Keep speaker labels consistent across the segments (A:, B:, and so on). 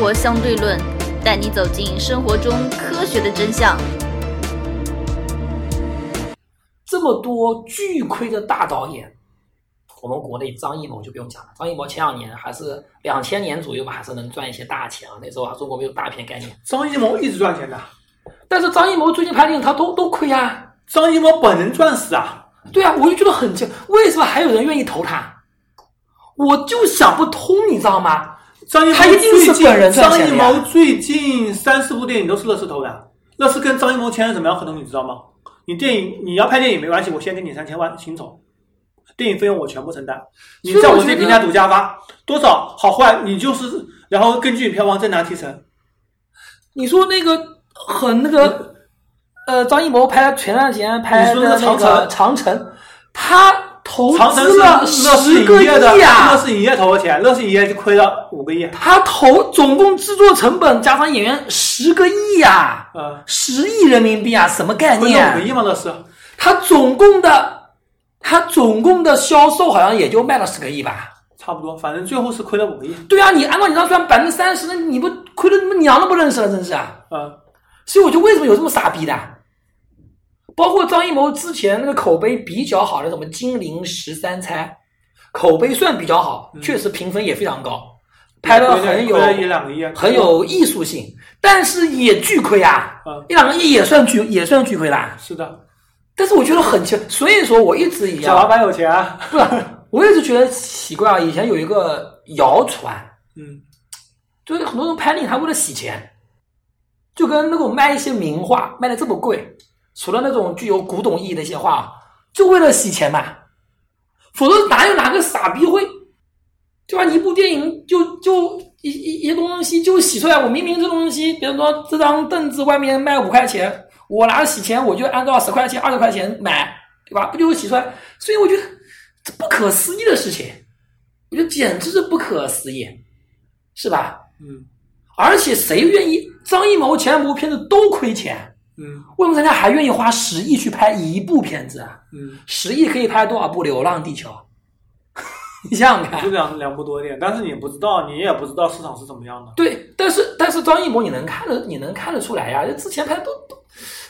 A: 活相对论》，带你走进生活中科学的真相。
B: 这么多巨亏的大导演，我们国内张艺谋就不用讲了。张艺谋前两年还是两千年左右吧，还是能赚一些大钱啊。那时候啊，中国没有大片概念，
C: 张艺谋一直赚钱的，
B: 但是张艺谋最近拍电影他都都亏啊。
C: 张艺谋本人赚死啊！
B: 对啊，我就觉得很奇怪，为什么还有人愿意投他？我就想不通，你知道吗？
C: 张艺谋
B: 他一定是
C: 最
B: 本人
C: 近
B: 赚
C: 张
B: 钱
C: 艺
B: 的呀
C: 谋最近三四部电影都是乐视投的，乐视跟张艺谋签了什么样合同，你知道吗？你电影你要拍电影没关系，我先给你三千万薪酬，电影费用我全部承担，你
B: 所以
C: 在
B: 我
C: 我这
B: 觉得
C: 平台独家发多少好坏，你就是然后根据票房再拿提成。
B: 你说那个很那个，呃，张艺谋拍了前段时间拍
C: 你说那
B: 的
C: 个长
B: 个
C: 城
B: 长城，他投
C: 长城
B: 资
C: 是乐
B: 了
C: 视
B: 十
C: 影
B: 个
C: 业的，
B: 亿
C: 乐
B: 啊！
C: 视影业投的钱，乐视影业就亏了五个亿。啊
B: 他投总共制作成本加上演员十个亿啊，
C: 呃，
B: 十亿人民币啊，什么概
C: 亏了五个
B: 念？
C: 亿吗？乐视
B: 他总共的，他总共的销售好像也就卖了十个亿吧。
C: 差不多，反正最后是亏了五个亿。
B: 对啊，你按照你这样算百分之三十，那你不亏的你们娘都不认识了，真是啊！
C: 呃，
B: 所以我就为什么有这么傻逼的？包括张艺谋之前那个口碑比较好的什么《金陵十三钗》，口碑算比较好，确实评分也非常高，拍的
C: 亏了
B: 很有
C: 亏了一两个亿，
B: 很有艺术性，但是也巨亏啊
C: 嗯，
B: 一两个亿也算巨也算巨亏啦。
C: 是的，
B: 但是我觉得很奇，所以说我一直以
C: 小老
B: 来
C: 板有钱啊。
B: 不是，我一直觉得奇怪啊。以前有一个谣传，
C: 嗯，
B: 就是很多人拍电影，他为了洗钱，就跟那种卖一些名画卖的这么贵，除了那种具有古董意义的一些画，就为了洗钱嘛，否则哪有哪个傻逼会，对吧？你一部电影就就一一一些东西就洗出来，我明明这东西，比如说这张凳子外面卖五块钱，我拿着洗钱，我就按照十块钱、二十块钱买，对吧？不就洗出来？所以我觉得这不可思议的事情，我觉得简直是不可思议，是吧？
C: 嗯
B: 而且谁愿意？张艺谋前两部片子都亏钱，
C: 嗯
B: 为什么人家还愿意花十亿去拍一部片子啊？
C: 嗯，
B: 十亿可以拍多少部《流浪地球》？ 你想想看。
C: 就两两部多一点，但是你不知道，你也不知道市场是怎么样的。
B: 对，但是但是张艺谋你能看得你能看得出来呀、这之前拍的都都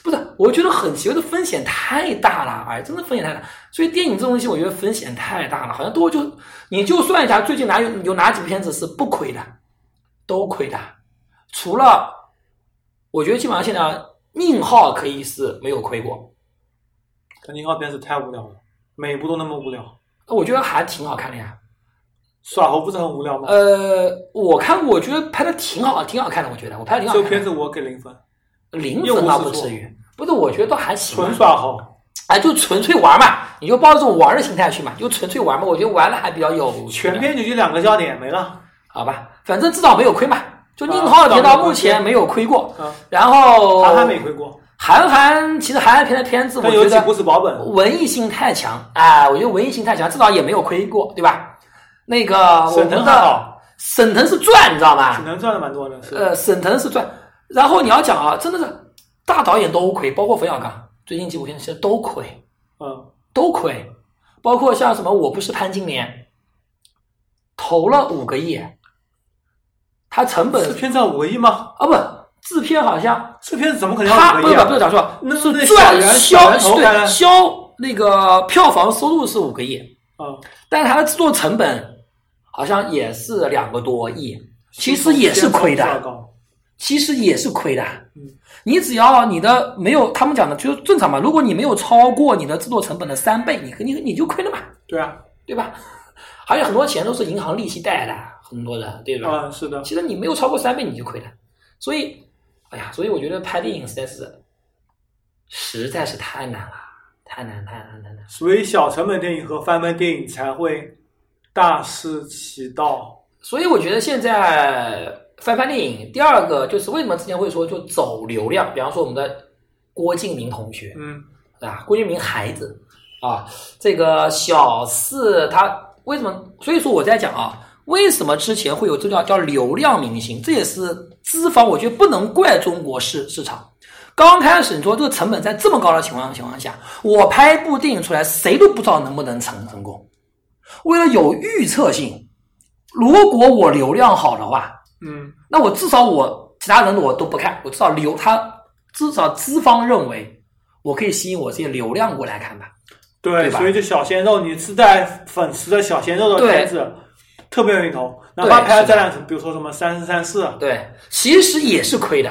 B: 不是，我觉得很奇怪，这风险太大了，哎，真的风险太大。所以电影这东西，我觉得风险太大了，好像都就你就算一下，最近哪有有哪几部片子是不亏的，都亏的，除了我觉得基本上现在宁浩可以是没有亏过，
C: 肯定靠片子太无聊了，每部都那么无聊。
B: 我觉得还挺好看的呀。
C: 耍猴不是很无聊吗？
B: 呃，我看过我觉得拍的挺好，挺好看的，我觉得我拍的挺好
C: 这
B: 看
C: 个
B: 的。
C: 片子我给零
B: 呃
C: 分，
B: 零
C: 又
B: 分
C: 不
B: 倒
C: 是
B: 不
C: 说
B: 至于，不是，我觉得倒还行吧。啊
C: 纯耍猴。
B: 哎，就纯粹玩嘛，你就抱着这种玩的心态去嘛，就纯粹玩嘛。我觉得玩的还比较有趣
C: 全片就一两个笑点没了。
B: 好吧，反正至少没有亏嘛。就宁浩的
C: 啊
B: 频道目前没有亏过，
C: 啊，
B: 然后
C: 韩寒没亏过，
B: 韩寒其实韩寒片的片哦子，我
C: 但有
B: 觉
C: 几
B: 得
C: 部是保本。
B: 文艺性太强，哎，我觉得文艺性太强，至少也没有亏过，对吧？那个我
C: 沈
B: 们
C: 腾还
B: 的
C: 好，
B: 沈腾是赚，你知道
C: 沈
B: 吗？
C: 腾赚的蛮多的，是
B: 呃，沈腾是赚。然后你要讲啊，真的是大导演都亏，包括冯小刚最近几部片其实都亏。
C: 嗯，
B: 都亏，包括像什么我不是潘金莲，投了五个亿，他成本
C: 这片子五个亿吗？
B: 啊不制片好像
C: 这片子怎么可能
B: 他
C: 要五
B: 不
C: 个亿
B: 是不是
C: 啊？
B: 讲错，
C: 那
B: 是
C: 那小
B: 赚
C: 圆
B: 销
C: 小圆头开
B: 对
C: 了
B: 销那个票房收入是五个亿，
C: 嗯，
B: 但是它的制作成本好像也是两个多亿，其实也是亏的。
C: 片酬比较高
B: 其实也是亏的
C: 嗯。
B: 你只要你的没有，他们讲的就是正常嘛。如果你没有超过你的制作成本的三倍，你你你就亏了嘛。
C: 对啊，
B: 对吧？ 还有很多钱都是银行利息贷的，很多的，对吧？
C: 嗯，是的，
B: 其实你没有超过三倍你就亏了，所以，哎呀，所以我觉得拍电影实在是，实在是太难了，太难，太难，太难。
C: 所以小成本电影和翻拍电影才会大势其道。
B: 所以我觉得现在翻拍电影，第二个就是为什么之前会说就走流量，比方说我们的郭敬明同学，
C: 嗯，
B: 啊，郭敬明孩子啊，这个小四他为什么？所以说我在讲啊，为什么之前会有这叫叫流量明星？这也是资方，我觉得不能怪中国市市场。刚开始你说这个成本在这么高的情况情况下，我拍一部电影出来，谁都不知道能不能成成功。为了有预测性，如果我流量好的话，
C: 嗯，
B: 那我至少我其他人的我都不看，我至少流他至少资方认为我可以吸引我这些流量过来看吧。
C: 对，
B: 对吧
C: 所以就小鲜肉，你是在粉丝的小鲜肉的
B: 对
C: 圈子特别容易投，哪
B: 对
C: 怕拍了
B: 是
C: 这
B: 的
C: 两层，比如说什么三四三四，啊
B: 对，其实也是亏的，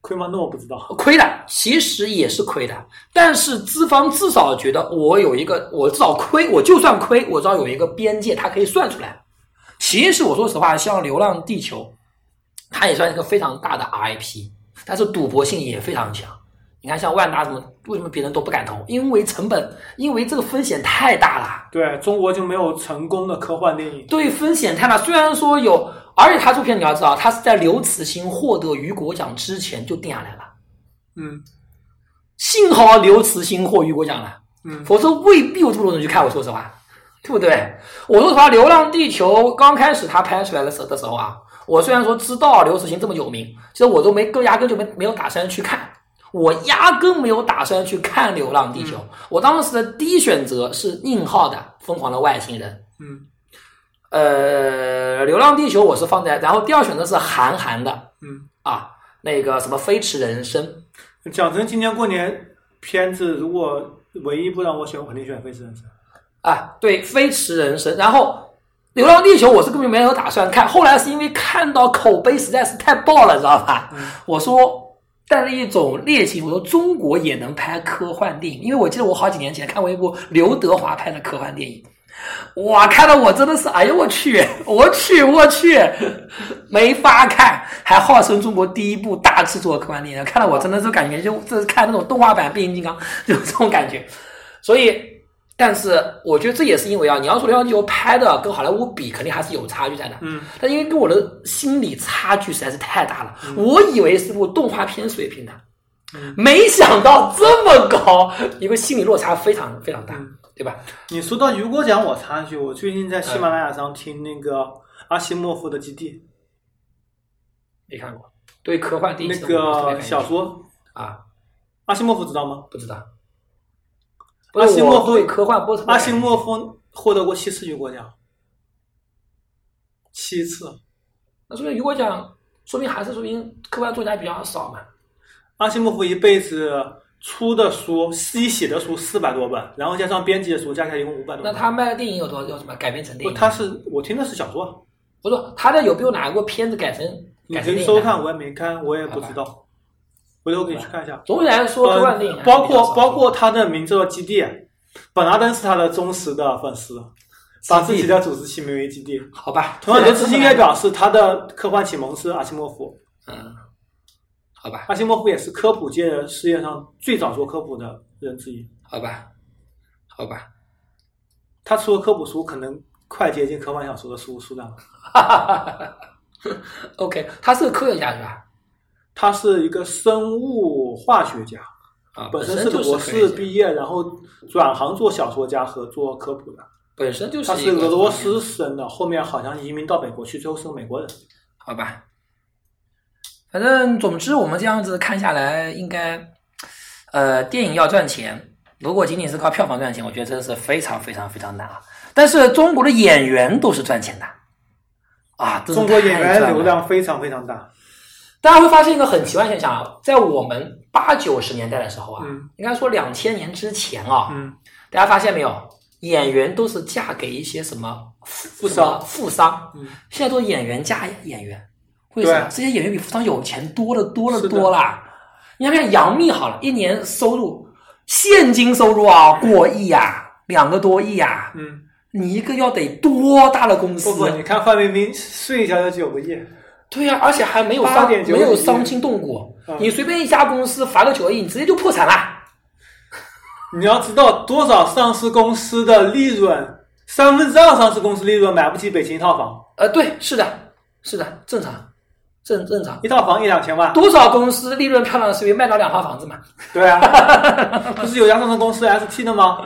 C: 亏吗？那我不知道。
B: 亏的，其实也是亏的。但是资方至少觉得我有一个，我至少亏，我就算亏，我至少有一个边界，它可以算出来。其实我说实话，像《流浪地球》，它也算是个非常大的 IP，但是赌博性也非常强。你看，像万达什么，为什么别人都不敢投？因为成本，因为这个风险太大了。
C: 对中国就没有成功的科幻电影，
B: 对风险太大。虽然说有，而且他这部片你要知道，他是在刘慈欣获得雨果奖之前就定下来了。
C: 嗯
B: 幸好刘慈欣获雨果奖了，
C: 嗯
B: 否则未必有这么多人去看。我说实话，对不对？我说实话，《流浪地球》刚开始他拍出来的时候的时候啊，我虽然说知道刘慈欣这么有名，其实我都没根压根就没没有打算去看。我压根没有打算去看《流浪地球》我当时的第一选择是宁浩的《疯狂的外星人》，
C: 嗯
B: 呃，《流浪地球》我是放在，然后第二选择是韩寒的
C: 嗯。
B: 啊，那个什么《飞驰人生》，
C: 讲真，今年过年片子如果唯一不让我选，我肯定选《飞驰人生》。
B: 啊，对，《飞驰人生》，然后《流浪地球》我是根本没有打算看，后来是因为看到口碑实在是太爆了，知道吧？我说带着一种猎奇，我说中国也能拍科幻电影，因为我记得我好几年前看过一部刘德华拍的科幻电影。哇，看得我真的是，哎呦我去，我去，我去，没法看，还号称中国第一部大制作科幻电影，看得我真的是感觉就这是看那种动画版变形金刚，就这种感觉。所以，但是我觉得这也是因为啊，你要说《流浪地球》拍的跟好莱坞比，肯定还是有差距在的。
C: 嗯，
B: 但因为跟我的心理差距实在是太大了，我以为是部动画片水平的，
C: 嗯
B: 没想到这么高，一个心理落差非常非常大，
C: 嗯
B: 对吧？
C: 你说到雨果奖，我插一句，我最近在喜马拉雅上听那个阿西莫夫的《基地
B: 没看过，对科幻第一》
C: 那
B: 次我特别
C: 个
B: 感兴趣
C: 小说，
B: 啊，
C: 阿西莫夫知道吗？
B: 不知道。
C: 阿西莫夫
B: 对科幻不是
C: 阿西莫夫获得过七次雨果奖，七次。
B: 那说明如果讲，说明还是说明科幻作家比较少嘛。
C: 阿西莫夫一辈子出的书，自己写的书四百多本，然后加上编辑的书，加起来一共五百多
B: 那
C: 本。
B: 他卖的电影有多少？有什么改编成电
C: 不，
B: 影？
C: 他是我听的是小说，
B: 不是他的有没有哪个片子改成
C: 你
B: 改
C: 可
B: 成
C: 以
B: 电
C: 收
B: 影的？啊
C: 看，我也没看，我也不知道，回头可以去看一下。
B: 总体来说，科幻电影
C: 呃
B: 还，是啊
C: 包
B: 比较
C: 括
B: 少
C: 包括他的名字叫《基地》，本拉登是他的忠实的粉丝，把自己的组织起名为基地。
B: 好吧，
C: 同样，刘慈
B: 资
C: 欣也表示他的科幻启蒙是阿西莫夫，
B: 嗯，好吧，
C: 阿西莫夫也是科普界世界上最早做科普的人之一。
B: 好吧，好吧，
C: 他出的科普书可能快接近科幻小说的书数量了。
B: 哈哈哈哈哈。OK，他是个科学家是吧？
C: 他是一个生物化学家，
B: 啊，
C: 本身
B: 身就是
C: 博
B: 科
C: 士
B: 学家
C: 毕业，然后转行做小说家和做科普的。
B: 本身就是
C: 他是
B: 一个
C: 俄罗斯生的，后面好像移民到美国去，最后是个美国人。
B: 好吧，反正总之我们这样子看下来，应该，呃，电影要赚钱，如果仅仅是靠票房赚钱，我觉得真的是非常非常非常难啊。但是中国的演员都是赚钱的，啊，真的
C: 中国演
B: 太赚
C: 员
B: 了
C: 流量非常非常大。
B: 大家会发现一个很奇怪的现象啊，在我们八九十年代的时候啊，
C: 嗯
B: 应该说两千年之前啊，
C: 嗯，
B: 大家发现没有，演员都是嫁给一些什么富
C: 富商
B: 富商，
C: 嗯
B: 现在都是演员嫁演员，为什么？这些演员比富商有钱多了多了
C: 是的
B: 多啦。你看看杨幂好了，一年收入现金收入啊过亿啊，两个多亿啊，
C: 嗯，
B: 你一个要得多大的公司？
C: 不不，你看范冰冰睡一觉就九个亿，
B: 对呀、而且还没有
C: 8.9
B: 伤
C: 亿
B: 没有伤筋动骨，
C: 嗯
B: 你随便一家公司罚个九个亿，你直接就破产啦。
C: 你要知道多少上市公司的利润，三分之二上市公司利润买不起北京一套房，
B: 呃，对，是的，是的，正常，正正常。
C: 一套房一两千万。
B: 多少公司利润漂亮的是因为卖到两套房子嘛？
C: 对啊， 不是有家上市公司 ST 的吗？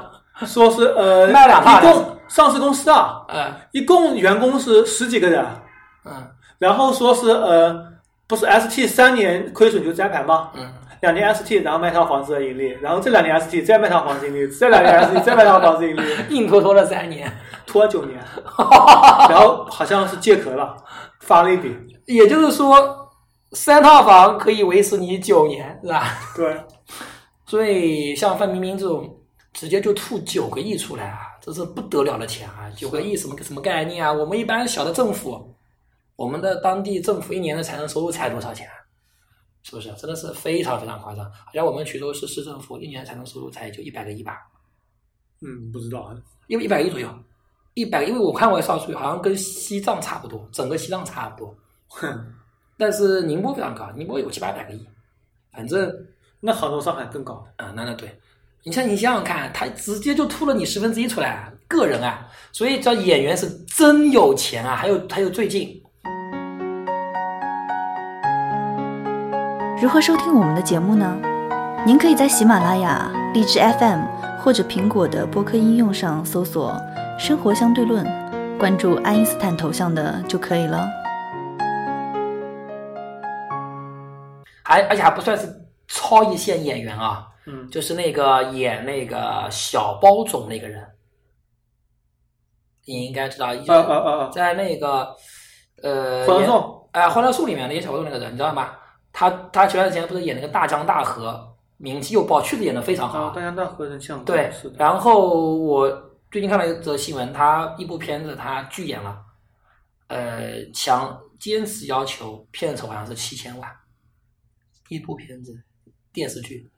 C: 说是呃，
B: 卖两套
C: 一共上市公司啊，
B: 呃，
C: 一共员工是十几个人，
B: 嗯
C: 然后说是呃，不是 ST 三年亏损就摘牌吗？
B: 嗯，
C: 两年 ST，然后卖套房子的盈利，然后这两年 ST 再卖套房子盈利，这两年 ST 再卖套房子盈利，
B: 硬拖拖了三年。
C: 拖九 年，然后好像是借壳了，发了一笔，
B: 也就是说，三套房可以维持你九年，是吧？
C: 对，
B: 所以像范冰冰这种直接就吐九个亿出来啊，这是不得了的钱啊！九个亿什么什么概念啊？我们一般小的政府，我们的当地政府一年的财政收入才多少钱啊？是不是？真的是非常非常夸张。好像我们衢州市市政府一年财政收入才就一百个亿吧，
C: 嗯，不知道，
B: 因为一百个亿左右，一百，因为我看过少数，好像跟西藏差不多，整个西藏差不多。
C: 哼，
B: 但是宁波非常高，宁波有七八百个亿，反正
C: 那杭州、上海更高，
B: 啊、那那对，你像你想想看，他直接就吐了你十分之一出来啊，个人啊，所以叫演员是真有钱啊，还有还有最近
D: 如何收听我们的节目呢？您可以在喜马拉雅、荔枝 FM 或者苹果的播客应用上搜索“生活相对论”，关注爱因斯坦头像的就可以了。
B: 还而且还不算是超一线演员啊，
C: 嗯，
B: 就是那个演那个小包总那个人，你应该知道，
C: 啊啊啊啊，
B: 在那个呃，
C: 欢乐
B: 演
C: 颂
B: 啊，《欢乐颂》里面那个小包总那个人，你知道吗？他他前段时间不是演那个大江大河，名气又爆，确实演的非常好
C: 啊，大江大河人像高
B: 对
C: 是，的，
B: 然后我最近看了一则新闻，他一部片子他拒演了，呃，强坚持要求片酬好像是七千万，一部片子电视剧，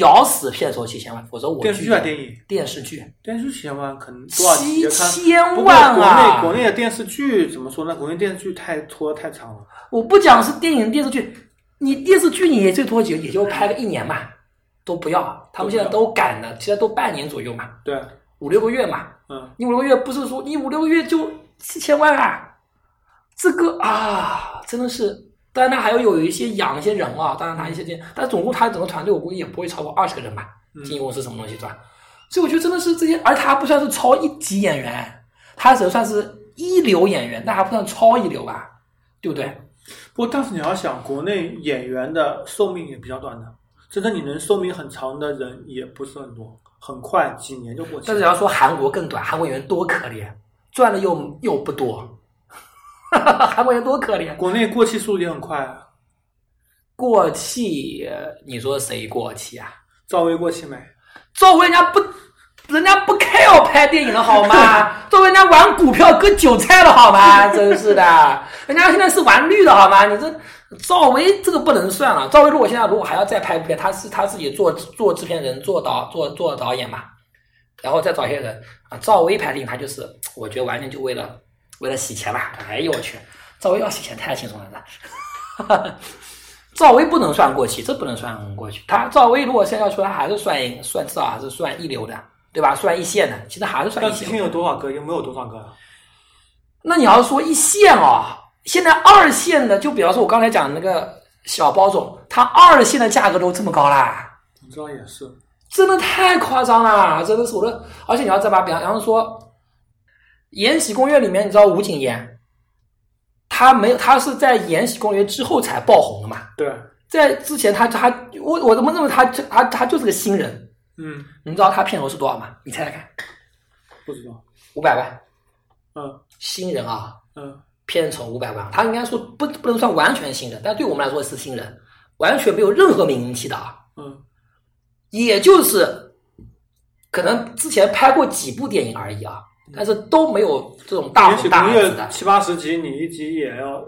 B: 咬死片酬七千万，否则我
C: 电视剧啊，
B: 拒演
C: 电影，
B: 电视剧
C: 电视剧千万可能多少
B: 七
C: 集别看。不
B: 千
C: 过
B: 万
C: 国
B: 啊！
C: 内国内的电视剧怎么说呢？国内电视剧太拖太长了，
B: 我不讲是电影电视剧，你电视剧你也最多也也就拍个一年嘛，都不要，他们现在
C: 都不
B: 都赶了，现在都半年左右嘛，
C: 对，
B: 五六个月嘛，
C: 嗯，
B: 你五六个月不是说你五六个月就七千万啊？这个啊，真的是，当然他还要有一些养一些人啊，当然他一些这，但总共他整个团队我估计也不会超过二十个人吧，
C: 嗯
B: 经纪公司什么东西是吧？所以我觉得真的是这些，而他不算是超一级演员，他只能算是一流演员，但还不算超一流吧，对不对？
C: 不过但是你要想，国内演员的寿命也比较短的，真正你能寿命很长的人也不是很多，很快几年就过去
B: 但是
C: 了。
B: 要说韩国更短，韩国演员多可怜，赚的又又不多， 韩国演员多可怜。
C: 国内过气速度也很快啊，
B: 过气，你说谁过气啊？
C: 赵薇过气没？
B: 作为人家不，人家不 care 拍电影了好吗？ 作为人家玩股票割韭菜了好吗？真是的，人家现在是玩绿的好吗？你这赵薇这个不能算了。赵薇如果现在如果还要再拍部片，她是她自己做做制片人、做导、做做导演嘛，然后再找一些人啊。赵薇拍电影，她就是我觉得完全就为了为了洗钱吧。哎呦我去，赵薇要洗钱太轻松了那。 赵薇不能算过气，这不能算过气。她赵薇如果现在要说，她还是算一算至少还是算一流的，对吧？算一线的，其实还是算
C: 但
B: 一
C: 之
B: 线
C: 前
B: 的。
C: 有多少个？也没有多少个啊。
B: 那你要说一线哦，现在二线的，就比方说我刚才讲的那个小包总，他二线的价格都这么高啦。
C: 我知道也是，
B: 真的太夸张了，真的是我的。而且你要再把比方，比方说《延禧攻略》里面，你知道吴谨言，他没有，他是在《延禧攻略》之后才爆红的嘛。
C: 对，
B: 在之前他，他我我怎么认为他他他就是个新人？
C: 嗯，
B: 你知道他片酬是多少吗？你猜猜看，
C: 不知道，
B: 五百万
C: 嗯
B: 新人啊，
C: 嗯，
B: 片酬五百万，他应该说不不能算完全新人，但对我们来说是新人，完全没有任何名气的啊。
C: 嗯，
B: 也就是可能之前拍过几部电影而已啊，但是都没有这种大
C: 也
B: 红
C: 许
B: 大
C: 攻
B: 紫
C: 略
B: 的。
C: 七八十集，你一集也要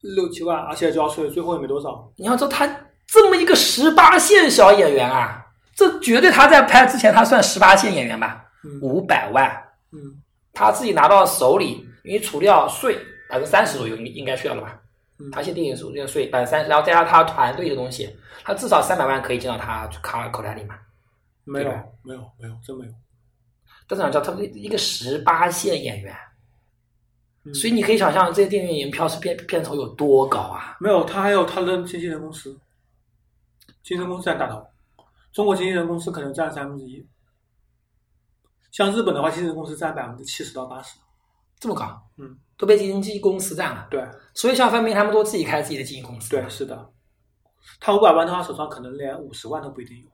C: 六七万，而且交税，最后也没多少。
B: 你要知道，他这么一个十八线小演员啊，这绝对他在拍之前他算十八线演员吧，
C: 嗯
B: 五百万
C: 嗯
B: 他自己拿到手里，你除掉税百分之三十左右，应应该需要了吧？
C: 嗯
B: 他现在电影除掉税百分之三十，然后再加上他团队的东西，他至少三百万可以进到他卡口袋里嘛。
C: 没有
B: 对吧
C: 没有没有，真没有。
B: 但是你知道，他们一个十八线演员，
C: 嗯
B: 所以你可以想象这些电影演员票是片片酬有多高啊！
C: 没有，他还有他的经纪人公司，经纪人公司占大头，中国经纪人公司可能占三分之一，像日本的话，经纪人公司占百分之七十到八十。
B: 这么高，
C: 嗯，
B: 都被经纪公司占了。
C: 对
B: 所以像范冰冰他们都自己开自己的经纪公司。
C: 对，，是的。他五百万的话，手上可能连五十万都不一定有，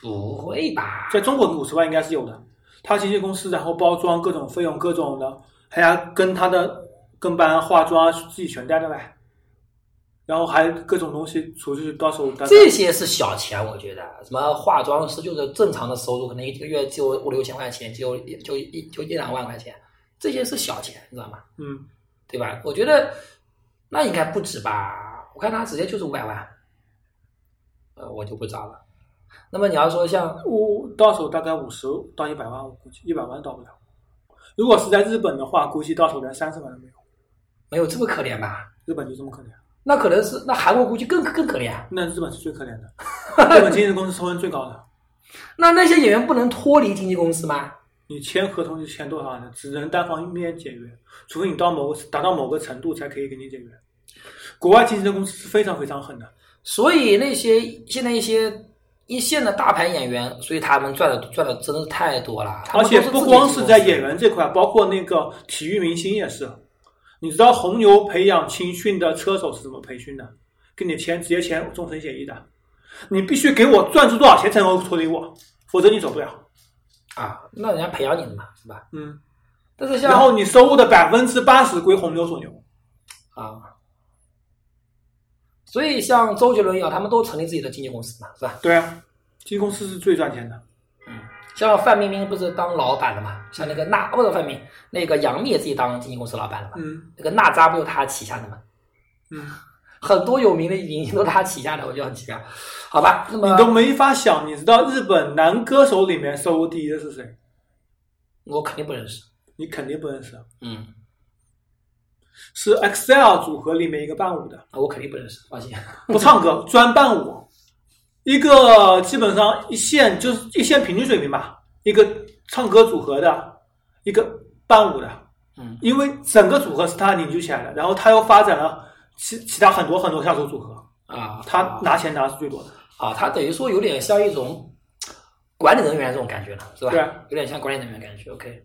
B: 不会吧？
C: 在中国五十万应该是有的，他经纪公司，然后包装各种费用，各种的，还要跟他的跟班化妆自己全带着来，然后还各种东西出去到手单。
B: 这些是小钱，我觉得什么化妆师就是正常的收入，可能一个月就五六千块钱，就就一就一两万块钱，这些是小钱，你知道吗？
C: 嗯，
B: 对吧？我觉得那应该不止吧，我看他直接就是五百万，呃，我就不知道了。那么你要说像
C: 我到手大概五十到一百万，我估计一百万到不了。如果是在日本的话，估计到手连三十万都没有。
B: 没有这么可怜吧？
C: 日本就这么可怜，
B: 那可能是那韩国估计更更可怜。啊
C: 那日本是最可怜的，日本经纪公司抽成最高的。
B: 那那些演员不能脱离经纪公司吗？
C: 你签合同就签多少呢？只能单方面解约，除非你到某个达到某个程度才可以给你解约。国外经纪的公司是非常非常狠的，
B: 所以那些现在一些一线的大牌演员，所以他们赚的赚的真的太多了。他
C: 而
B: 们
C: 且
B: 都是
C: 不
B: 自己
C: 光
B: 经纪
C: 是
B: 公
C: 在
B: 司
C: 演员这块，包括那个体育明星也是。你知道红牛培养青训的车手是怎么培训的？跟你签直接签终身协议的，你必须给我赚出多少钱才能够脱离我，否则你走不了。
B: 啊，那人家培养你的嘛，是吧？
C: 嗯，
B: 但是像
C: 然后你收入的百分之八十归红牛所有。
B: 啊，所以像周杰伦一样，他们都成立自己的经纪公司嘛，是吧？
C: 对啊，经纪公司是最赚钱的。
B: 像范冰冰不是当老板了嘛？像那个娜，不是范冰，那个杨幂也自己当经纪公司老板了嘛？
C: 嗯
B: 那个娜扎不就是她旗下的吗？
C: 嗯。
B: 很多有名的影星都是她旗下的，我就要提啊，好吧？那么
C: 你都没法想，你知道日本男歌手里面收入第一的是谁？
B: 我肯定不认识，
C: 你肯定不认识，啊
B: 嗯，
C: 是 XL 组合里面一个伴舞的，
B: 啊我肯定不认识，放心。
C: 不唱歌，专伴舞。一个基本上一线就是一线平均水平吧，一个唱歌组合的，一个伴舞的，
B: 嗯，
C: 因为整个组合是他凝聚起来的，然后他又发展了其其他很多很多下属组合，
B: 啊，
C: 他拿钱拿的是最多的。
B: 啊，他等于说有点像一种管理人员这种感觉了，是吧？
C: 对
B: 有点像管理人员感觉。OK，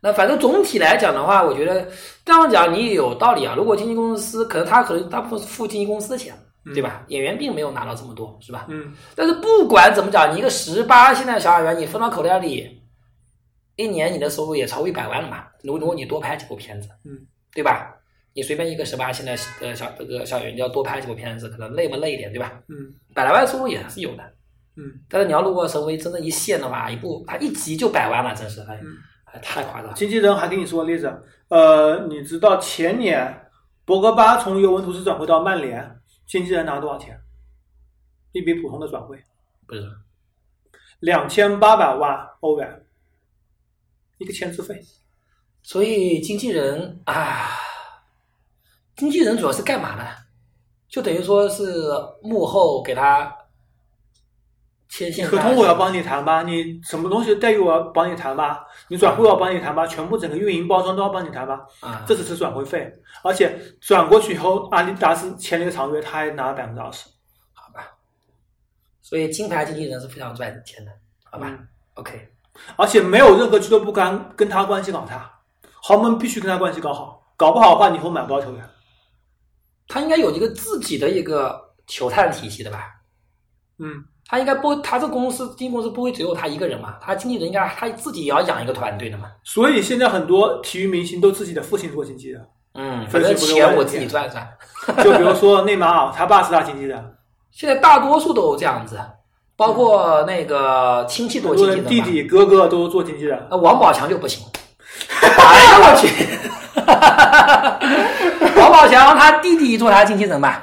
B: 那反正总体来讲的话，我觉得这样讲你也有道理啊。如果经纪公司，可能他可能大部分是付经纪公司的钱，对吧？演员并没有拿到这么多，是吧？
C: 嗯，
B: 但是不管怎么讲，你一个十八现在小演员，你分到口袋里，一年你的收入也超过一百万了嘛？如如果你多拍几部片子，
C: 嗯，
B: 对吧？你随便一个十八现在呃小这个小演员要多拍几部片子，可能累不累一点，对吧？
C: 嗯
B: 百来万收入也是有的。
C: 嗯，
B: 但是你要如果成为真的一线的话，一部他一集就百万了，真是哎
C: 嗯，
B: 哎太夸张了。
C: 经纪人还给你说个例子，呃，你知道前年博格巴从尤文图斯转会到曼联，经纪人拿多少钱？一笔普通的转会，
B: 不是
C: 两千八百万欧元，一个签字费。
B: 所以经纪人啊，经纪人主要是干嘛呢？就等于说是幕后给他牵线搭
C: 合
B: 桥
C: 同我要帮你谈吧，你什么东西待遇我要帮你谈吧，你转会我要帮你谈吧，全部整个运营包装都要帮你谈吧，
B: 啊，
C: 这只是转会费，而且转过去以后，阿迪达斯签了一个长约，他还拿了百分之二十，
B: 好吧。所以金牌经纪人是非常赚钱的，好吧、
C: 嗯
B: o k
C: 而且没有任何俱乐部敢跟他关系搞差，豪门必须跟他关系搞好，搞不好的话，你以后买不到球员。
B: 他应该有一个自己的一个球探体系的吧？
C: 嗯，
B: 他应该不，他这公司经纪公司不会只有他一个人嘛？他经纪人应该他自己也要养一个团队的嘛？
C: 所以现在很多体育明星都自己的父亲做经纪人，
B: 嗯，反
C: 分
B: 正
C: 析不用
B: 钱
C: 问
B: 我
C: 题
B: 自己赚赚。
C: 就比如说内马尔， 他爸是他经纪人，
B: 现在大多数都这样子，包括那个亲戚
C: 很
B: 多
C: 多
B: 经纪人
C: 人
B: 嘛
C: 弟，弟哥哥都做经纪人。
B: 那王宝强就不行。哎呀我去！ 王宝强他弟弟做他经纪人嘛？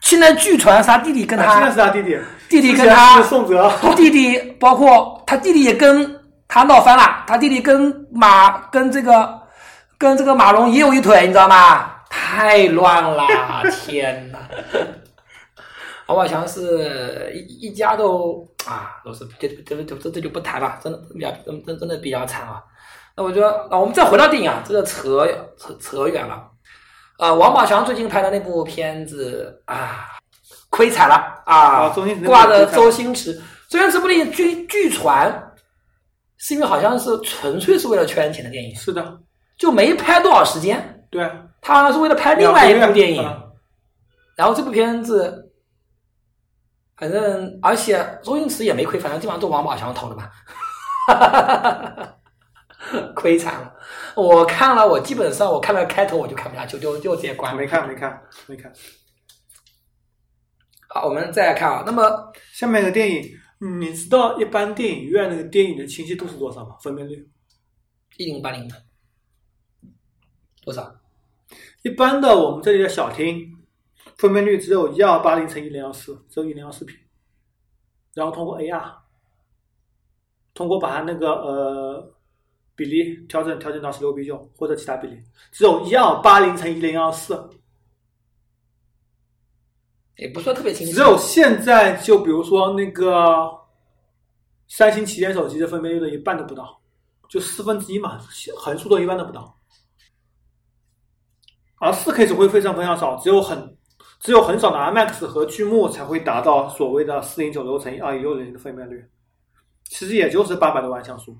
B: 现在据传是他弟弟跟
C: 啊现在
B: 他
C: 是他弟弟，
B: 弟弟
C: 之
B: 跟
C: 前
B: 他
C: 是宋哲，
B: 弟弟，包括他弟弟也跟他闹翻了，他弟弟跟马跟这个跟这个马龙也有一腿，你知道吗？太乱了，天哪！王宝强是一一家都啊，都是这这这这这就不谈了，真的比较真真真的比较惨啊。那我觉得啊，我们再回到电影啊，这个扯扯扯远了。啊，王宝强最近拍的那部片子啊，亏惨了啊
C: 啊周星驰那部
B: 挂着
C: 亏惨
B: 周星驰。周星驰部电影据据传，是因为好像是纯粹是为了圈钱的电影，
C: 是的，
B: 就没拍多少时间，
C: 对，啊
B: 他好像是为了拍另外一部电
C: 两
B: 影
C: 个。月啊
B: 然后这部片子，反正而且周星驰也没亏，反正基本上都王宝强投的吧。 亏惨了。我看了，我基本上我看了开头我就看不下去，就就直接关了
C: 啊没看没看没看。
B: 好，我们再来看啊，那么
C: 下面一个电影，嗯你知道一般电影院那个电影的清晰度是多少吗？分辨率？
B: 一零八零的多少？
C: 一般的我们这里的小厅，分辨率只有一二八零乘一零幺四，只有一零幺四 P，然后通过 AR，通过把它那个呃比例调整调整到十六比九或者其他比例，只有一二八零乘一零幺四。
B: 也不算特别清晰，
C: 只有现在就比如说那个三星旗舰手机的分辨率的一半都不到，就四分之一嘛，横竖都一半都不到。而四 K 只会非常非常少，只有很只有很少的 IMAX 和剧目才会达到所谓的四零九六乘以二一六零的分辨率，其实也就是八百多万像素，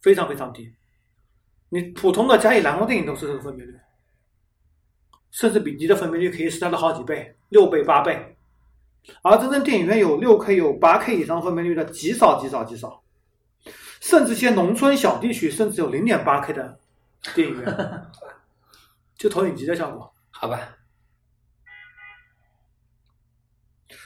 C: 非常非常低。你普通的家里蓝光电影都是这个分辨率，甚至比低的分辨率可以是它的好几倍，六倍、八倍。而真正电影院有六 K、有八 K 以上分辨率的极少、极少、极少，甚至一些农村小地区甚至有零点八 K 的电 影院，就投影机的效果。
B: 好吧？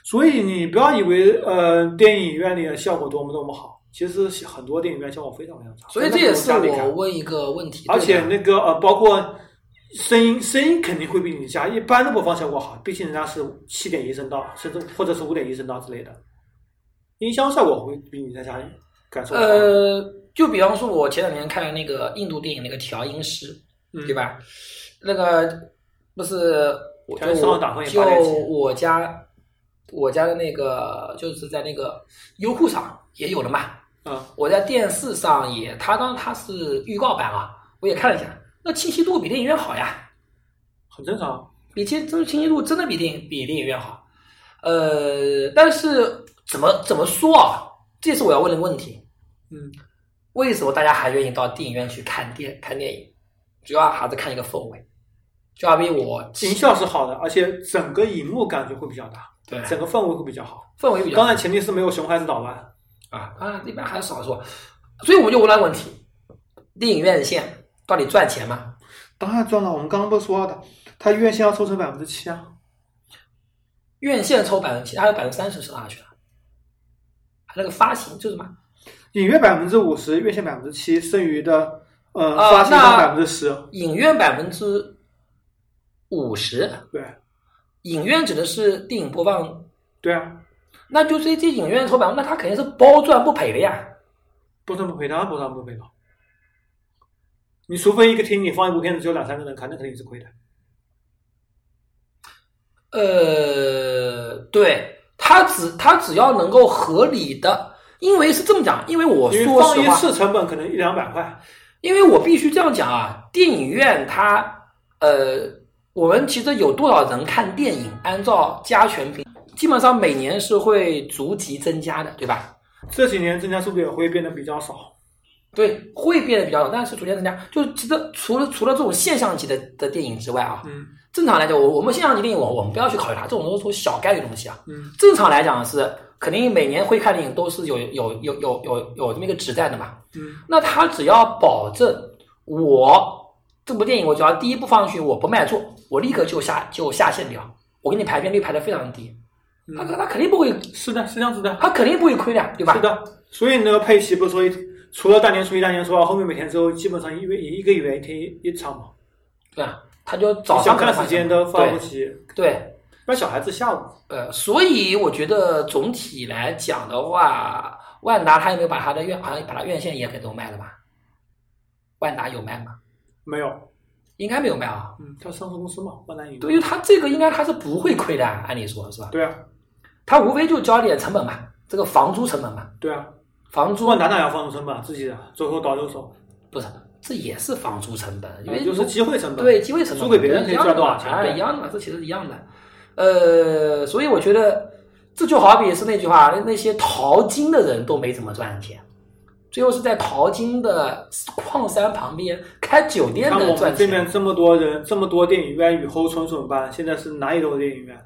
C: 所以你不要以为呃电影院里的效果多么多么好，其实很多电影院效果非常非常差。
B: 所以这也是
C: 真的不如
B: 我
C: 家里看
B: 问一个问题，
C: 而且
B: 对吧
C: 那个呃，包括声音，声音肯定会比你家一般的播放效果好，毕竟人家是七点一声道，甚至或者是五点一声道之类的。音箱效果会比你在家感受好，
B: 呃，就比方说，我前两天看了那个印度电影那个调音师，
C: 嗯
B: 对？吧？那个不是我
C: 调音
B: 就
C: 师好像打
B: 我
C: 算也
B: 就
C: 发电机
B: 我家我家的那个就是在那个优酷上也有了嘛，
C: 啊、
B: 我在电视上也，它当它是预告版啊，我也看了一下，那清晰度比电影院好呀。
C: 很正常。
B: 比清真清晰度真的比电影比电影院好。呃，但是怎么怎么说啊？这也是我要问的问题。
C: 嗯，
B: 为什么大家还愿意到电影院去看电看电影？主要还是看一个氛围，就要比我
C: 音效是好的，而且整个荧幕感觉会比较大，
B: 对
C: 整个氛围会哎比较好。
B: 氛围比较
C: 当然，前提是没有熊孩子捣乱。
B: 啊啊，一般还是少数。所以我就问了问题：电影院线到底赚钱吗？
C: 当然赚了，我们刚刚不是说的，他院线要抽成百分之七啊。
B: 院线抽百分之七，还有百分之三十是哪去了？还有那个发行就是什么？
C: 影院百分之五十，院线百分之七，剩余的呃
B: 啊
C: 发行
B: 那
C: 商百分之十。
B: 影院百分之五十，
C: 对
B: 影院指的是电影播放，
C: 对啊，
B: 那就是这影院头版，那他肯定是包赚不赔的呀。
C: 不算不赔，当然不算不赔了。你除非一个厅里放一部片子只有两三个人看，那肯定是亏的。
B: 呃，对他只他只要能够合理的，因为是这么讲，因为我
C: 因为
B: 说
C: 放
B: 实
C: 一
B: 话，
C: 次成本可能一两百块，
B: 因为我必须这样讲啊，电影院它呃，我们其实有多少人看电影，按照加权平，基本上每年是会逐级增加的，对吧？
C: 这几年增加速度也会变得比较少。
B: 对，会变得比较少，但是逐渐增加。就是其实除了除了这种现象级的的电影之外啊，
C: 嗯
B: 正常来讲，我我们现象级电影，我我们不要去考虑它，这种都是属于小概率的东西啊。
C: 嗯，
B: 正常来讲是肯定每年会看电影都是有有有有有有这么一个指代的嘛。
C: 嗯，
B: 那他只要保证我这部电影，我只要第一部放上去我不卖座，我立刻就下就下线掉，我给你排片率排的非常低，
C: 嗯
B: 他他肯定不会，
C: 是的，是这样子的，
B: 他肯定不会亏的，对吧？
C: 是的。所以那个佩奇不是说一，除了大年初一、大年初二，后面每天之后基本上一月一个月一天一一场嘛，
B: 对啊，他就早上
C: 想看时间都
B: 对
C: 放不起。
B: 对。
C: 那小孩子下午
B: 呃，所以我觉得总体来讲的话，万达它有没有把它的院，好像把它院线也给都卖了吧？万达有卖吗？
C: 没有，
B: 应该没有卖啊。
C: 嗯，他上市公司嘛，万达影业。
B: 对，因为它这个应该它是不会亏的啊，按理说是吧？
C: 对啊，
B: 它无非就交点成本嘛，这个房租成本嘛，
C: 对啊，
B: 房
C: 主
B: 租
C: 管哪哪要放出成本？自己的左手倒右手，
B: 不是，这也是房租成本，因
C: 也
B: 为
C: 啊就是
B: 如
C: 机会成本。
B: 对，机会成本
C: 租给别人可以
B: 一样
C: 赚
B: 的
C: 多
B: 嘛
C: 少钱？
B: 哎
C: 对
B: 一样的嘛，这其实是一样的。呃，所以我觉得这就好比是那句话，那那些淘金的人都没怎么赚钱，最后是在淘金的矿山旁边开酒店
C: 看
B: 的
C: 我们
B: 赚
C: 这
B: 钱
C: 边。这么多人，这么多电影院雨后春笋般，现在是哪里都有电影院，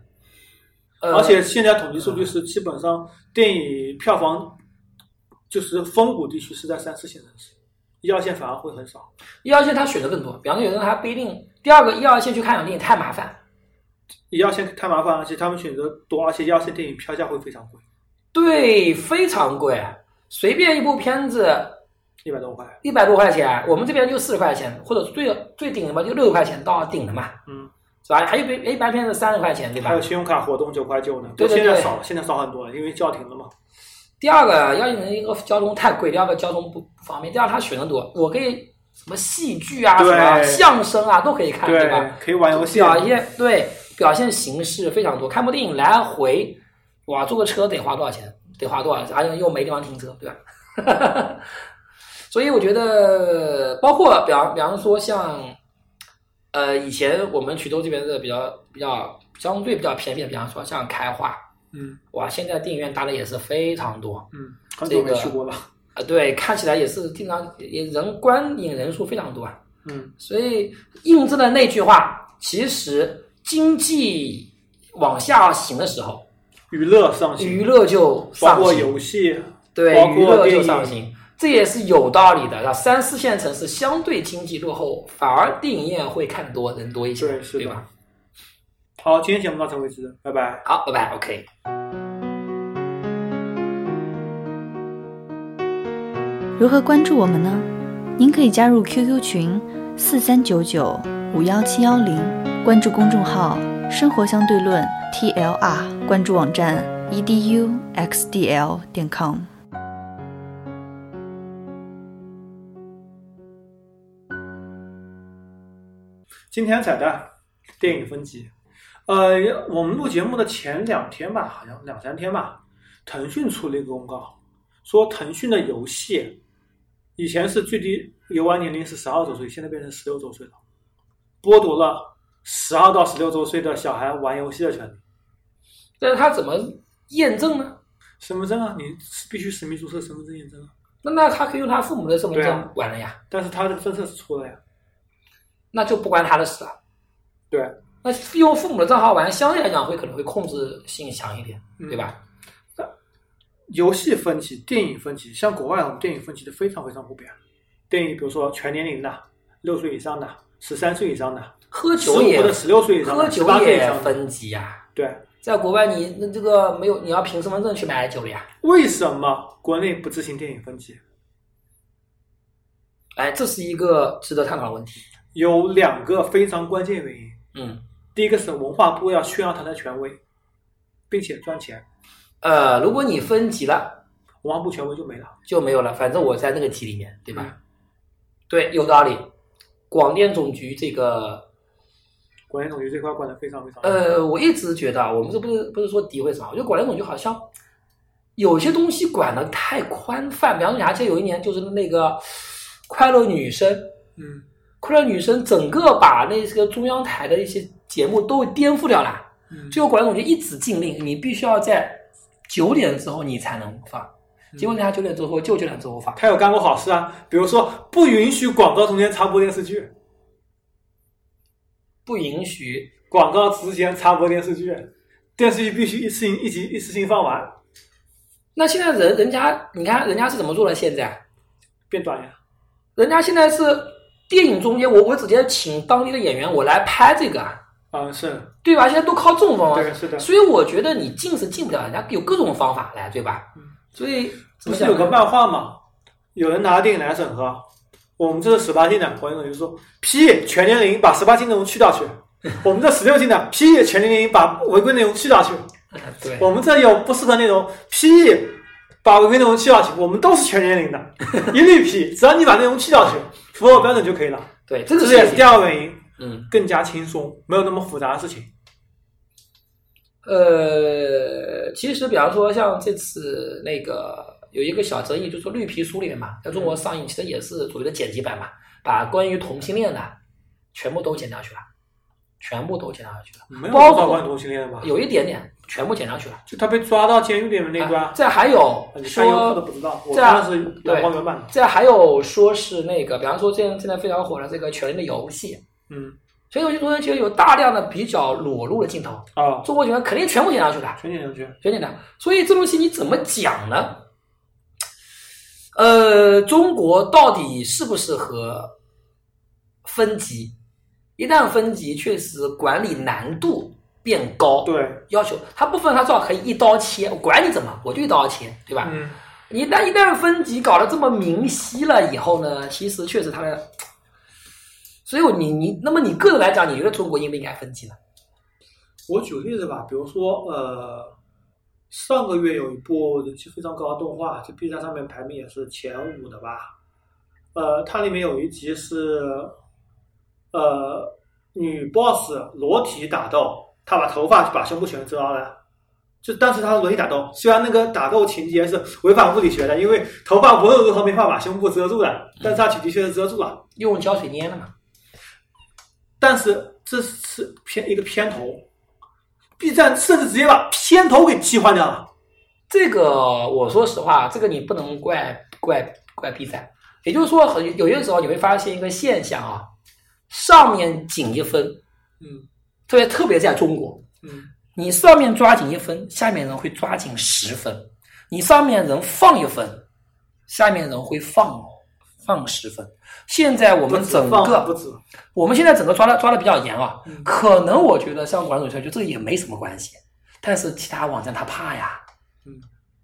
B: 呃嗯
C: 而且现在统计数据是，基本上电影票房就是风谷地区是在三四线城市，一二线反而会很少。
B: 一二线他选择更多，比方说有的人他不一定。第二个，一二线去看场电影太麻烦。
C: 一二线太麻烦，而且他们选择多，而且一二线电影票价会非常贵，
B: 对，非常贵，随便一部片子
C: 一百多块。
B: 一百多块钱，我们这边就四十块钱，或者最最顶的嘛就六十块钱到顶的嘛，
C: 嗯，
B: 是吧？还有一一般片子三十块钱，对吧
C: 还有？信用卡活动九块九呢，
B: 嗯对对
C: 现在
B: 对
C: 少了，现在少很多了，因为叫停了嘛。
B: 第二个，要一个交通太贵，第二个交通不不方便，第二他选的多，我可以什么戏剧啊，什
C: 对
B: 么相声啊都可以看，对吧？
C: 对，可以玩游戏。
B: 表现对啊表现形式非常多，看部电影来回，哇，坐个车得花多少钱？得花多少钱？而且又没地方停车，对吧？ 所以我觉得，包括比方比方说像，呃，以前我们衢州这边的比较比较相对比较偏僻，比方说像开化，
C: 嗯
B: 哇，现在电影院搭的也是非常多，
C: 嗯，很久没去过了。
B: 啊，对，看起来也是经常也人观影人数非常多啊，
C: 嗯，
B: 所以印证了那句话，其实经济往下行的时候，
C: 娱乐上
B: 娱
C: 行，
B: 乐就
C: 包
B: 上
C: 括
B: 行，
C: 游戏，
B: 对
C: 包，
B: 娱
C: 括
B: 乐
C: 电
B: 就上
C: 影，
B: 行，这也是有道理的。那三四线城市相对经济落后，反而电影院会看多人多一些，
C: 对是的
B: 对吧？
C: 好，今天节目到此为止，拜拜。
B: 好，拜拜，OK。
D: 如何关注我们呢？您可以加入 QQ 群四三九九五幺七幺零，关注公众号“生活相对论 ”TLR，关注网站 E eduxdl 点 com。
C: 今天彩蛋，电影分级。呃，我们录节目的前两天吧，好像两三天吧，腾讯出了一个公告，说腾讯的游戏以前是最低游玩年龄是十二周岁，现在变成十六周岁了，剥夺了十二到十六周岁的小孩玩游戏的权利。
B: 但是他怎么验证呢？
C: 身份证啊，你是必须实名注册身份证验证啊。
B: 那那他可以用他父母的身份
C: 对
B: 证
C: 啊
B: 玩了呀，
C: 但是他这个政策是出了呀，
B: 那就不关他的事了。
C: 对，
B: 那用父母的账号玩，相对来讲会可能会控制性强一点，
C: 嗯
B: 对吧？
C: 游戏分级、电影分级，像国外我们电影分级的非常非常普遍。电影比如说全年龄的、六岁以上的、十三岁以上的、
B: 喝
C: 十
B: 酒
C: 五
B: 也
C: 或者十六岁以上
B: 喝
C: 的、十
B: 酒
C: 八岁以
B: 也
C: 上的。
B: 分级呀、
C: 对，
B: 在国外你那这个没有，你要凭身份证去买酒呀。
C: 为什么国内不执行电影分级？
B: 哎，这是一个值得探讨的问题。
C: 有两个非常关键原因。
B: 嗯，
C: 第一个是文化部要宣扬它的权威，并且赚钱，
B: 呃，如果你分级了
C: 文化部权威就没了。
B: 就没有了，反正我在那个级里面，对
C: 嗯
B: 吧？对，有道理。广电总局这个，
C: 广电总局这块管得非常非常严。
B: 呃，我一直觉得啊，我们这不是不是说诋毁什么，我觉得广电总局好像有些东西管的太宽泛。比方说，而且有一年就是那个快乐女生，
C: 嗯
B: 快乐女生整个把那个中央台的一些节目都颠覆掉了。
C: 嗯，
B: 最后管理总局一纸禁令，你必须要在九点之后你才能放。结果人家九点之后就九点之后放，
C: 他有干过好事啊，比如说不允许广告中间插播电视剧，
B: 不允许。
C: 广告之前插播电视剧，电视剧必须一次性一集一次性放完，
B: 那现在人人家你看人家是怎么做的？现在啊
C: 变短呀。
B: 人家现在是电影中间我我直接请当地的演员我来拍这个啊，
C: 嗯，是，
B: 对吧？现在都靠这种方
C: 对，
B: 法，
C: 是的。
B: 所以我觉得你禁是禁不了，人家有各种方法来，对吧
C: 嗯？
B: 所以怎
C: 不
B: 么
C: 是
B: 讲
C: 有个
B: 呢？
C: 漫画嘛？有人拿电影来审核，我们这是十八禁的，观众就说批全年龄，把十八禁内容去掉 去；我们这十六禁的批全年龄，把违规内容去掉去；
B: 对，
C: 我们这有不适合内容批，把违规内容去掉去。我们都是全年龄 的，一律批，只要你把内容去掉去，符合我标准就可以了。
B: 对，这个
C: 这也是第
B: 是
C: 二个原因，
B: 嗯。
C: 更加轻松，没有那么复杂的事情。
B: 呃，其实比方说像这次那个有一个小争议，就是说《绿皮书》里面嘛，在中国上映其实也是所谓的剪辑版嘛，把关于同性恋的全部都剪上去了，全部都剪上去了，
C: 没有
B: 包
C: 多
B: 括
C: 少关于同性恋的吧？
B: 有一点点全部剪上去了。
C: 就他被抓到监狱里面那一段，
B: 啊再还有
C: 你看优酷的
B: 说，
C: 不知道，我
B: 这样
C: 看的是阳光原版的。
B: 再还有说是那个，比方说现在现在非常火的这个《权力的游戏》，
C: 嗯，
B: 《权力游戏》中间其实有大量的比较裸露的镜头，
C: 啊，
B: 中国拳肯定全部剪上去了。
C: 全景两句。
B: 很简单。所以这东西你怎么讲呢？呃，中国到底适不适合分级？一旦分级，确实管理难度变高。
C: 对，
B: 要求它不分，它至少可以一刀切。我管你怎么，我就一刀切，对吧？
C: 嗯，
B: 你一旦一旦分级搞得这么明晰了以后呢，其实确实它的，所以我你你，那么你个人来讲，你觉得中国应不应该分级呢？
C: 我举个例子吧，比如说呃，上个月有一部人气非常高的动画，在 B 站上面排名也是前五的吧。呃，它里面有一集是呃女 boss 裸体打斗，她把头发把胸部全遮了。就当时她裸体打斗，虽然那个打斗情节是违反物理学的，因为头发无论如何没法把胸部遮住的，但是她的确是遮住了。
B: 用胶水捏的嘛？
C: 但是这是片一个片头，B 站甚至直接把片头给替换掉了。
B: 这个我说实话，这个你不能怪怪怪 B 站。也就是说，很有些时候你会发现一个现象啊，上面紧一分，
C: 嗯
B: 特别特别在中国，
C: 嗯
B: 你上面抓紧一分，下面人会抓紧十分；你上面人放一分，下面人会放放十分。现在我
C: 不
B: 们
C: 止
B: 整
C: 放不
B: 个，
C: 止，
B: 我们现在整个抓的抓的比较严啊
C: 嗯，
B: 可能我觉得像管理圈就这个也没什么关系，但是其他网站他怕呀
C: 嗯，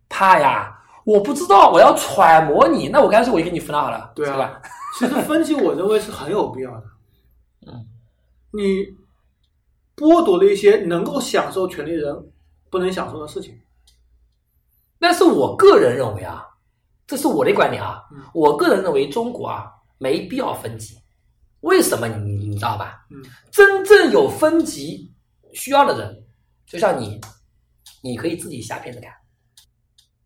B: 怕呀。我不知道，我要揣摩你，那我干脆我就给你分了好了，
C: 对啊
B: 是吧？
C: 其实分级我认为是很有必要的。
B: 嗯，
C: 你剥夺了一些能够享受权利人不能享受的事情。
B: 但是我个人认为啊，这是我的观点啊
C: 嗯，
B: 我个人认为中国啊没必要分级，为什么你你你知道吧？
C: 嗯
B: 真正有分级需要的人，就像你，你可以自己下片子看，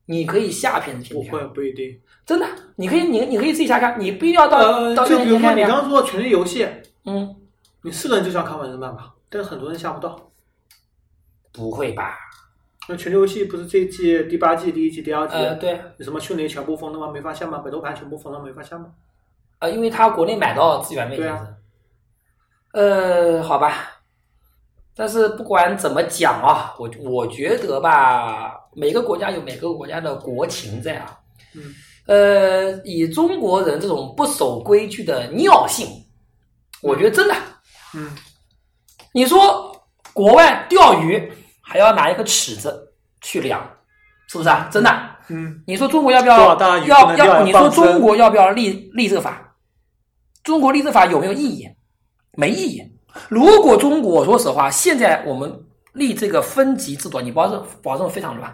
B: 你可以下片子
C: 不
B: 去看
C: 会，，不一定。
B: 真的，你可以你你可以自己下看，你不一定要到、
C: 呃，
B: 到
C: 就比如说
B: 看
C: 你刚刚说的《权力游戏》，
B: 嗯，
C: 你是个人就想看完整版吧，但是很多人下不到。
B: 不会吧？
C: 那《权力游戏》不是这一季第八季第一季第二季，
B: 呃，对，
C: 有什么迅雷全部封了吗？没法下吗？百度盘全部封了，没法下吗？
B: 呃，因为他国内买到资源位置。
C: 对啊
B: 呃，好吧，但是不管怎么讲啊，我我觉得吧，每个国家有每个国家的国情在啊。
C: 嗯。
B: 呃，以中国人这种不守规矩的尿性，我觉得真的，
C: 嗯，
B: 你说国外钓鱼还要拿一个尺子去量，是不是啊？真的，
C: 嗯，
B: 你说中国要不要
C: 多少大鱼不
B: 要
C: 能钓
B: 要？
C: 鱼
B: 你说
C: 放生
B: 中国要不要立立这个法？中国立这法有没有意义？没意义。如果中国说实话，现在我们立这个分级制度，你保证保证非常乱，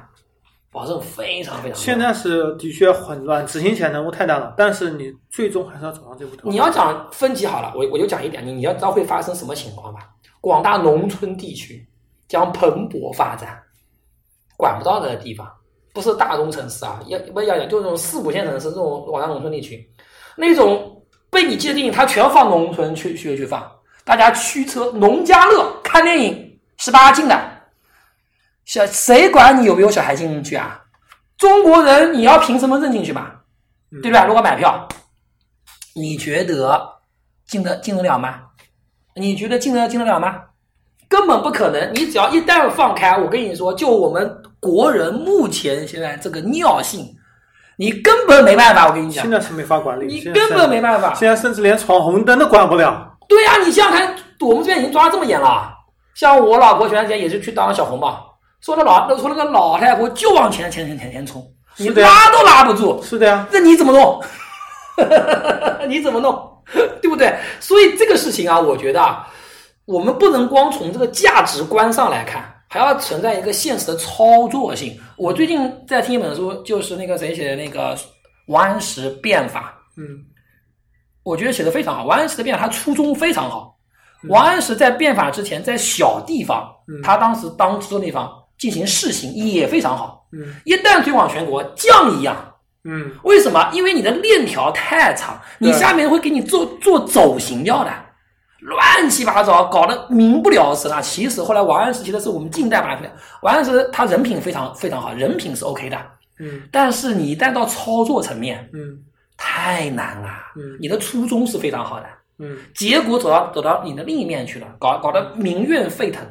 B: 保证非常非常乱。
C: 现在是的确混乱，执行起来难度太大了。但是你最终还是要走上这步道。
B: 你要讲分级好了，我我就讲一点，你你要知道会发生什么情况吧。广大农村地区将蓬勃发展，管不到的地方，不是大中城市啊，要不要讲就这种四五线城市这种广大农村地区，那种被你界定，它全放农村去去去放，大家驱车农家乐看电影，十八禁的，小谁管你有没有小孩进去啊？中国人你要凭身份证进去吧？
C: 嗯
B: 对吧？如果买票，你觉得进得进得了吗？你觉得进得进得了吗？根本不可能！你只要一旦放开，我跟你说，就我们国人目前现在这个尿性，你根本没办法。我跟你讲
C: 现，在是没法管理，
B: 你
C: 现在是
B: 根本没办法。
C: 现在甚至连闯红灯都管不了。
B: 对呀、你想想看，我们这边已经抓得这么严了。像我老婆前段时间也是去当小红帽，说那老说那个老太婆就往前前前前前冲，你
C: 是的呀
B: 拉都拉不住。
C: 是的呀，
B: 那你怎么弄？ 你怎么弄？对不对？所以这个事情啊，我觉得啊，我们不能光从这个价值观上来看，还要存在一个现实的操作性。我最近在听一本书，就是那个谁写的那个王安石变法，
C: 嗯，
B: 我觉得写的非常好。王安石的变法，他初衷非常好。王安石在变法之前，在小地方，
C: 嗯
B: 他当时当初的地方进行试行也非常好。
C: 嗯
B: 一旦推广全国，酱一样，
C: 嗯，
B: 为什么？因为你的链条太长，
C: 对
B: 你下面会给你做做走形掉的，乱七八糟，搞得民不聊生啊。其实后来王安石其实是我们近代把它王安石他人品非常非常好，人品是 OK 的，
C: 嗯
B: 但是你一旦到操作层面
C: 嗯
B: 太难了，
C: 嗯
B: 你的初衷是非常好的，
C: 嗯
B: 结果走到走到你的另一面去了，搞搞得民怨沸腾。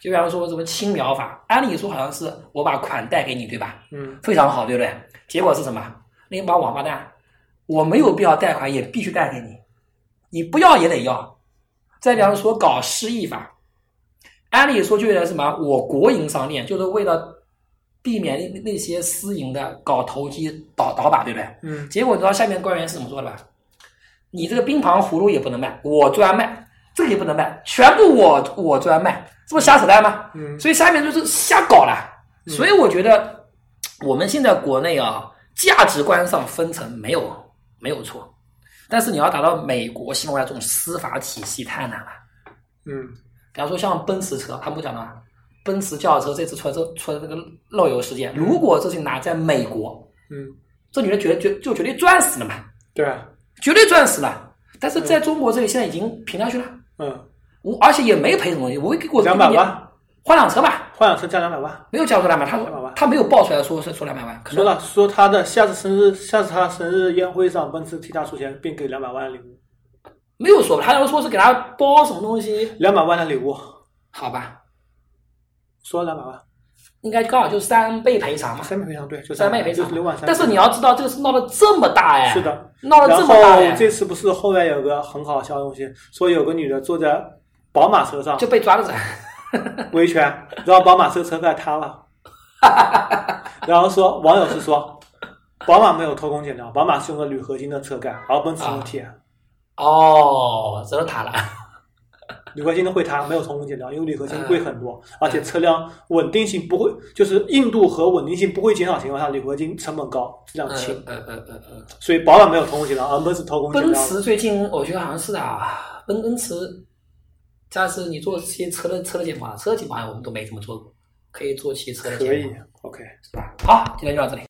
B: 就比方说什么青苗法，按理说好像是我把款贷给你，对吧？
C: 嗯
B: 非常好，对不对？结果是什么？那帮王八蛋我没有必要贷款，也必须贷给你，你不要也得要。再比方说搞失忆法，按理说就有点什么我国营商店，就是为了避免那那些私营的搞投机倒倒把，对不对？
C: 嗯，
B: 结果你知道下面官员是怎么说的吧？你这个冰糖葫芦也不能卖，我专卖；这个也不能卖，全部我我专卖，这不瞎扯淡吗？
C: 嗯
B: 所以下面就是瞎搞了。所以我觉得我们现在国内啊，价值观上分层没有没有错，但是你要达到美国、西方国家这种司法体系太难了。
C: 嗯
B: 比方说像奔驰车，他们不讲了，奔驰轿车这次出了这出了这个漏油事件，如果这是拿在美国，
C: 嗯，
B: 这女的绝绝就绝对赚死了嘛。
C: 对啊，
B: 绝对赚死了。但是在中国这里现在已经平下去了，
C: 嗯，
B: 我而且也没赔什么东西，我给我
C: 两百，万，
B: 换辆车吧，
C: 换辆车加两百万。
B: 没有加入两百，他
C: 200
B: 说
C: 万
B: 他没有爆出来说是说两百万，可
C: 说
B: 能
C: 了说他的下次生日，下次他生日宴会上，奔驰替他出钱，并给两百万的礼物，
B: 没有说，他要说是给他包什么东西，
C: 两百万的礼物，
B: 好吧，
C: 说两百万，
B: 应该刚好就三倍赔偿嘛，
C: 三倍赔偿，对，就
B: 三倍
C: 倍
B: 赔
C: 就
B: 偿
C: 是六万。三。
B: 但是你要知道，这个事闹得这么大哎，
C: 是，的，
B: 闹得
C: 然
B: 这
C: 后
B: 么大哎，
C: 这次不是后面有个很好笑的东西，说有个女的坐在宝马车上
B: 就被抓了噻。
C: 维权，然后宝马车车盖塌了，然后说网友是说，宝马没有偷工减料，宝马是用的铝合金的车盖，而奔驰用
B: 啊
C: 铁，
B: 哦，只能塔了，
C: 铝合金的会塌，没有偷工减料，因为铝合金
B: 嗯
C: 贵很多，而且车辆稳定性不会，就是硬度和稳定性不会减少的情况下，铝合金成本高，质量轻
B: 嗯，嗯嗯嗯嗯。
C: 所以宝马没有偷工减料，而奔驰偷工减
B: 奔
C: 料了。
B: 驰最近我觉得好像是的啊，奔奔驰，下次你做些车的车的检查，车的检查我们都没怎么做过，可以做汽车的
C: 可
B: 检
C: 以
B: 查，
C: ，OK。
B: 是吧？好，今天就到这里。